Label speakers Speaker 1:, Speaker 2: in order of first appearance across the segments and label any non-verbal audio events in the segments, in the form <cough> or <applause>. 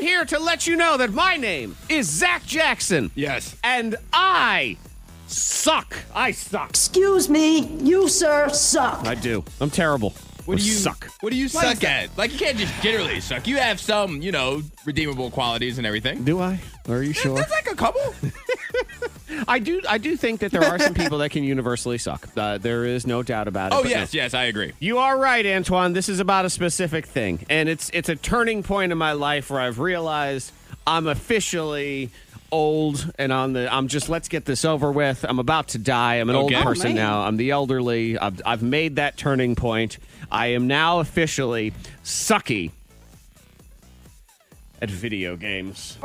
Speaker 1: here to let you know that my name is Zach Jackson.
Speaker 2: Yes.
Speaker 1: And I suck. I suck.
Speaker 3: Excuse me, you sir suck.
Speaker 1: I do. I'm terrible.
Speaker 2: What
Speaker 1: I
Speaker 2: do you
Speaker 1: suck?
Speaker 2: What do you
Speaker 1: Why is
Speaker 2: suck at? Like you can't just generally suck. You have some, you know, redeemable qualities and everything.
Speaker 1: Do I? Are <laughs> you sure?
Speaker 2: That's like a
Speaker 1: <laughs>
Speaker 2: couple.
Speaker 1: I do. I do think that there are some people that can universally suck. Uh, there is no doubt about it.
Speaker 2: Oh
Speaker 1: but
Speaker 2: yes, yes, I agree.
Speaker 1: You are right, Antoine. This is about a specific thing, and it's it's a turning point in my life where I've realized I'm officially old and on the I'm just let's get this over with. I'm about to die. I'm an
Speaker 2: Okay. Oh,
Speaker 1: old person
Speaker 3: man.
Speaker 1: now. I'm the elderly. I've I've made that turning point. I am now officially sucky at video games.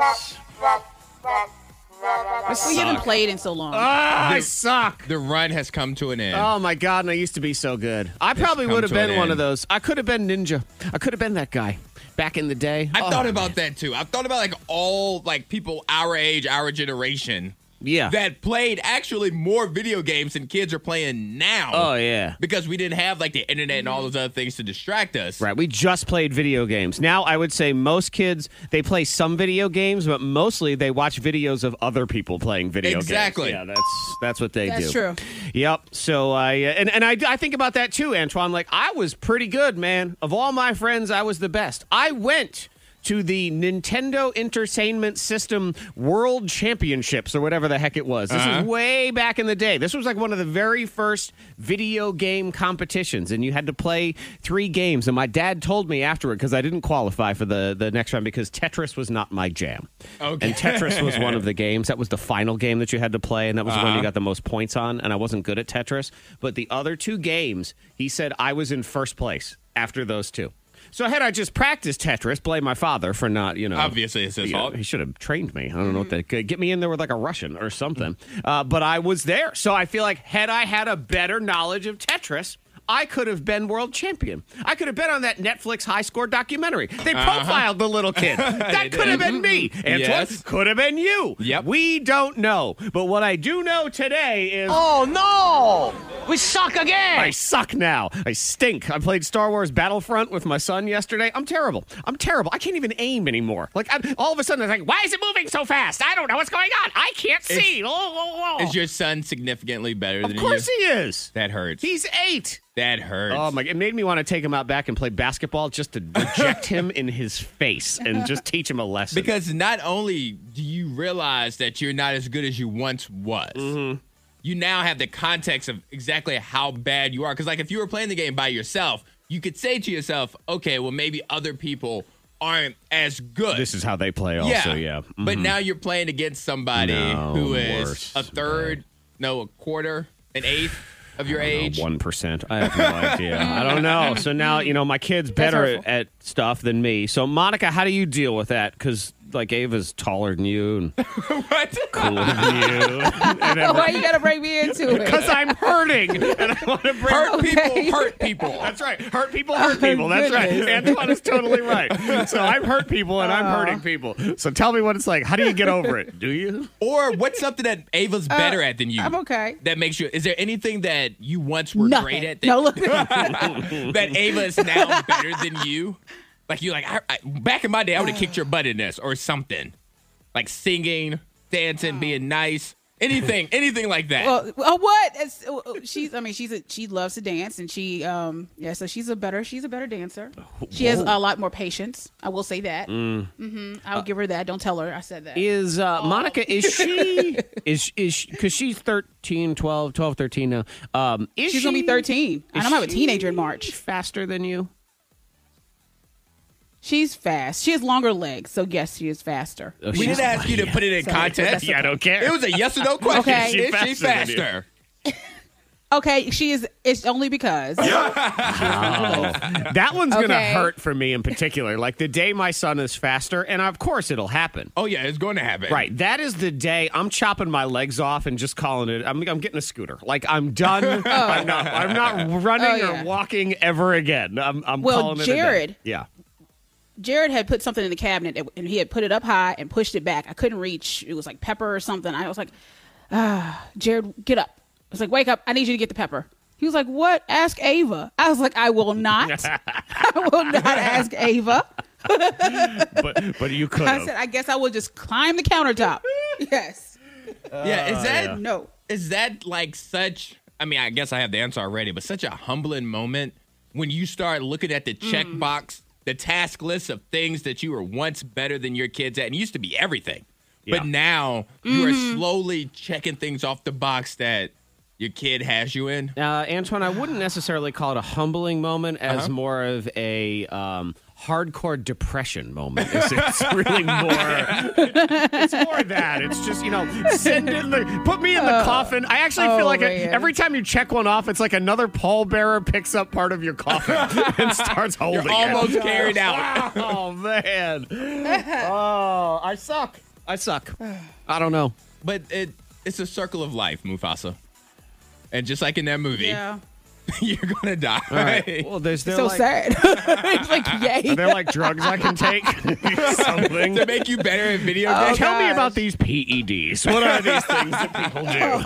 Speaker 3: we haven't played in so long.
Speaker 1: I suck.
Speaker 2: The run has come to an end.
Speaker 1: Oh my god, and I used to be so good. I probably
Speaker 2: come
Speaker 1: would have
Speaker 2: to an
Speaker 1: been one of
Speaker 2: end.
Speaker 1: those. I could have been ninja. I could have been that guy back in the day.
Speaker 2: I've
Speaker 1: Oh,
Speaker 2: thought about that too. I've thought about like all like people our age, our generation
Speaker 1: yeah.
Speaker 2: that played actually more video games than kids are playing now.
Speaker 1: oh yeah.
Speaker 2: Because we didn't have like the internet and all those other things to distract us.
Speaker 1: Right, we just played video games. Now I would say most kids they play some video games, but mostly they watch videos of other people playing video
Speaker 2: Exactly.
Speaker 1: games. Yeah, that's that's what they
Speaker 3: That's
Speaker 1: do.
Speaker 3: true.
Speaker 1: Yep. So I uh, and and I, I think about that too, Antoine. Like I was pretty good, man. Of all my friends, I was the best. I went to the Nintendo Entertainment System World Championships or whatever the heck it was. This is way back in the day. This was like one of the very first video game competitions and you had to play 3 games and my dad told me afterward cuz I didn't qualify for the the next round because Tetris was not my jam.
Speaker 2: Okay.
Speaker 1: And Tetris was one
Speaker 2: <laughs>
Speaker 1: of the games. That was the final game that you had to play, and that was the
Speaker 2: Uh-huh.
Speaker 1: one you got the most points on. And I wasn't good at Tetris, but the other two games, he said I was in first place after those two. So had I just practiced Tetris, blame my father for not, you know,
Speaker 2: Obviously, it's his
Speaker 1: you know,
Speaker 2: fault.
Speaker 1: he should have trained me. I don't know what
Speaker 2: Mm-hmm.
Speaker 1: that could get me in there with like a Russian or something. Uh, but I was there, so I feel like had I had a better knowledge of Tetris. I could have been world champion. I could have been on that Netflix high score documentary. They
Speaker 2: Uh-huh.
Speaker 1: profiled the little
Speaker 2: <laughs>
Speaker 1: kid. That could have been me. Antoine
Speaker 2: Yes.
Speaker 1: could have been you.
Speaker 2: Yep.
Speaker 1: We don't know. But what I do know today is
Speaker 4: Oh no! We suck again!
Speaker 1: I suck now. I stink. I played Star Wars Battlefront with my son yesterday. I'm terrible. I'm terrible. I can't even aim anymore. Like I'm, all of a sudden, I'm like, why is it moving so fast? I don't know what's going on. I can't see. Oh, oh, oh.
Speaker 2: Is your son significantly better
Speaker 1: of
Speaker 2: than
Speaker 1: course
Speaker 2: you?
Speaker 1: he is.
Speaker 2: that hurts.
Speaker 1: He's eight.
Speaker 2: that hurts.
Speaker 1: Oh my! It made me want to take him out back and play basketball just to
Speaker 2: <laughs>
Speaker 1: reject him in his face and just teach him a lesson.
Speaker 2: Because not only do you realize that you're not as good as you once was,
Speaker 1: Mm-hmm.
Speaker 2: you now have the context of exactly how bad you are. Because, like, if you were playing the game by yourself, you could say to yourself, okay, well, maybe other people aren't as good.
Speaker 1: this is how they play. Also, yeah. Mm-hmm.
Speaker 2: But now you're playing against somebody
Speaker 1: No,
Speaker 2: who is
Speaker 1: worse.
Speaker 2: a third, no, a quarter, an eighth of your age.
Speaker 1: One percent. I have no <laughs> idea. I don't know. So now you know my kid's better at,
Speaker 3: hurtful.
Speaker 1: at stuff than me. So Monica, how do you deal with that? Because like Ava's taller than you and
Speaker 2: <laughs> What?
Speaker 1: cooler than <laughs> you.
Speaker 4: <laughs> Why you gotta bring me into it? <laughs>
Speaker 1: Because I'm hurting <laughs> and I want to bring.
Speaker 2: Hurt
Speaker 4: Okay.
Speaker 1: <laughs>
Speaker 2: people, hurt people.
Speaker 1: That's right. Hurt people hurt people. That's right. Antoine is totally right. So I'm hurt people and I'm hurting people. So tell me what it's like. How do you get over it? Do you?
Speaker 2: Or what's something that Ava's better at than you?
Speaker 4: Uh, I'm okay.
Speaker 2: That makes you. Is there anything that you once were great at that,
Speaker 4: No,
Speaker 2: <laughs>
Speaker 4: look.
Speaker 2: that Ava is now better than you? Like you, like I, I, back in my day, I would have kicked your butt in this or something, like singing, dancing, being nice,
Speaker 1: <laughs>
Speaker 2: anything, anything like that.
Speaker 4: <laughs> Well, oh, what? It's- oh, oh, she's. I mean, she's. A, she loves to dance, and she. Um. Yeah. So she's a better. She's a better dancer. She has a lot more patience. I will say that. hmm I'll give her that. Don't tell her I said that.
Speaker 1: Mm. Uh, is uh, monica is <laughs> she is is because she's 13 12 12 13 now um is
Speaker 4: she's
Speaker 1: she,
Speaker 4: gonna be 13. I
Speaker 1: is
Speaker 4: don't have a
Speaker 1: she-
Speaker 4: teenager in March.
Speaker 1: faster than you
Speaker 4: She's fast. She has longer legs, so yes, she is faster.
Speaker 2: we didn't ask you to put it in context.
Speaker 1: yeah i don't care
Speaker 2: It was a yes or no question.
Speaker 4: <laughs> Okay. She
Speaker 2: Is she
Speaker 1: faster than you.
Speaker 2: faster?
Speaker 4: Okay, she is. It's
Speaker 1: <laughs>
Speaker 4: only because.
Speaker 1: that one's gonna
Speaker 4: Okay.
Speaker 1: hurt for me in particular like the day my son is faster and of course it'll happen
Speaker 2: Oh yeah, it's going to happen.
Speaker 1: Right, that is the day I'm chopping my legs off and just calling it. I'm, I'm getting a scooter. Like I'm
Speaker 4: <laughs>
Speaker 1: done. I'm not. I'm not running
Speaker 4: Oh, yeah.
Speaker 1: or walking ever again. I'm. I'm
Speaker 4: Well,
Speaker 1: calling it. a day.
Speaker 4: Jared-
Speaker 1: Yeah.
Speaker 4: Jared had put something in the cabinet and- and he had put it up high and pushed it back. I couldn't reach. It was like pepper or something. I was like, ah, Jared, get up. I was like, wake up. I need you to get the pepper. He was like, what? Ask Ava. I was like, I will not. I will not ask Ava.
Speaker 1: but but you could
Speaker 4: I said,
Speaker 1: have.
Speaker 4: I guess I will just climb the countertop. <laughs> yes.
Speaker 2: yeah, is that
Speaker 4: No.
Speaker 2: is that like such i mean i guess i have the answer already but such a humbling moment when you start looking at the checkbox the task list of things that you were once better than your kids at and used to be everything
Speaker 1: Yeah.
Speaker 2: but now you are slowly checking things off the box that your kid has
Speaker 1: <laughs>
Speaker 2: you in
Speaker 1: Uh, Antoine, I <sighs> wouldn't necessarily call it a humbling moment, as more of a um, hardcore depression moment. It's, it's really more. <laughs> it's more that. It's just you know, send in the, put me in the coffin. I actually feel
Speaker 4: oh,
Speaker 1: like a,
Speaker 4: man.
Speaker 1: every time you check one off, it's like another pallbearer picks up part of your <laughs> coffin and starts holding
Speaker 2: you're
Speaker 1: it. <laughs>
Speaker 2: almost carried out
Speaker 1: oh
Speaker 2: <laughs>
Speaker 1: man! Oh, I suck. I suck. I don't know.
Speaker 2: but it it's a circle of life mufasa and just like in that movie
Speaker 4: Yeah.
Speaker 2: <laughs> you're gonna die
Speaker 1: All
Speaker 2: <laughs>
Speaker 1: right. Well, there's
Speaker 4: So sad. <laughs> it's like,
Speaker 1: Are
Speaker 4: yay.
Speaker 1: there like drugs I can
Speaker 2: <laughs>
Speaker 1: take? Something.
Speaker 2: to make you better at video games
Speaker 1: Tell me
Speaker 4: gosh.
Speaker 1: E about these PEDs. What are these things that people do?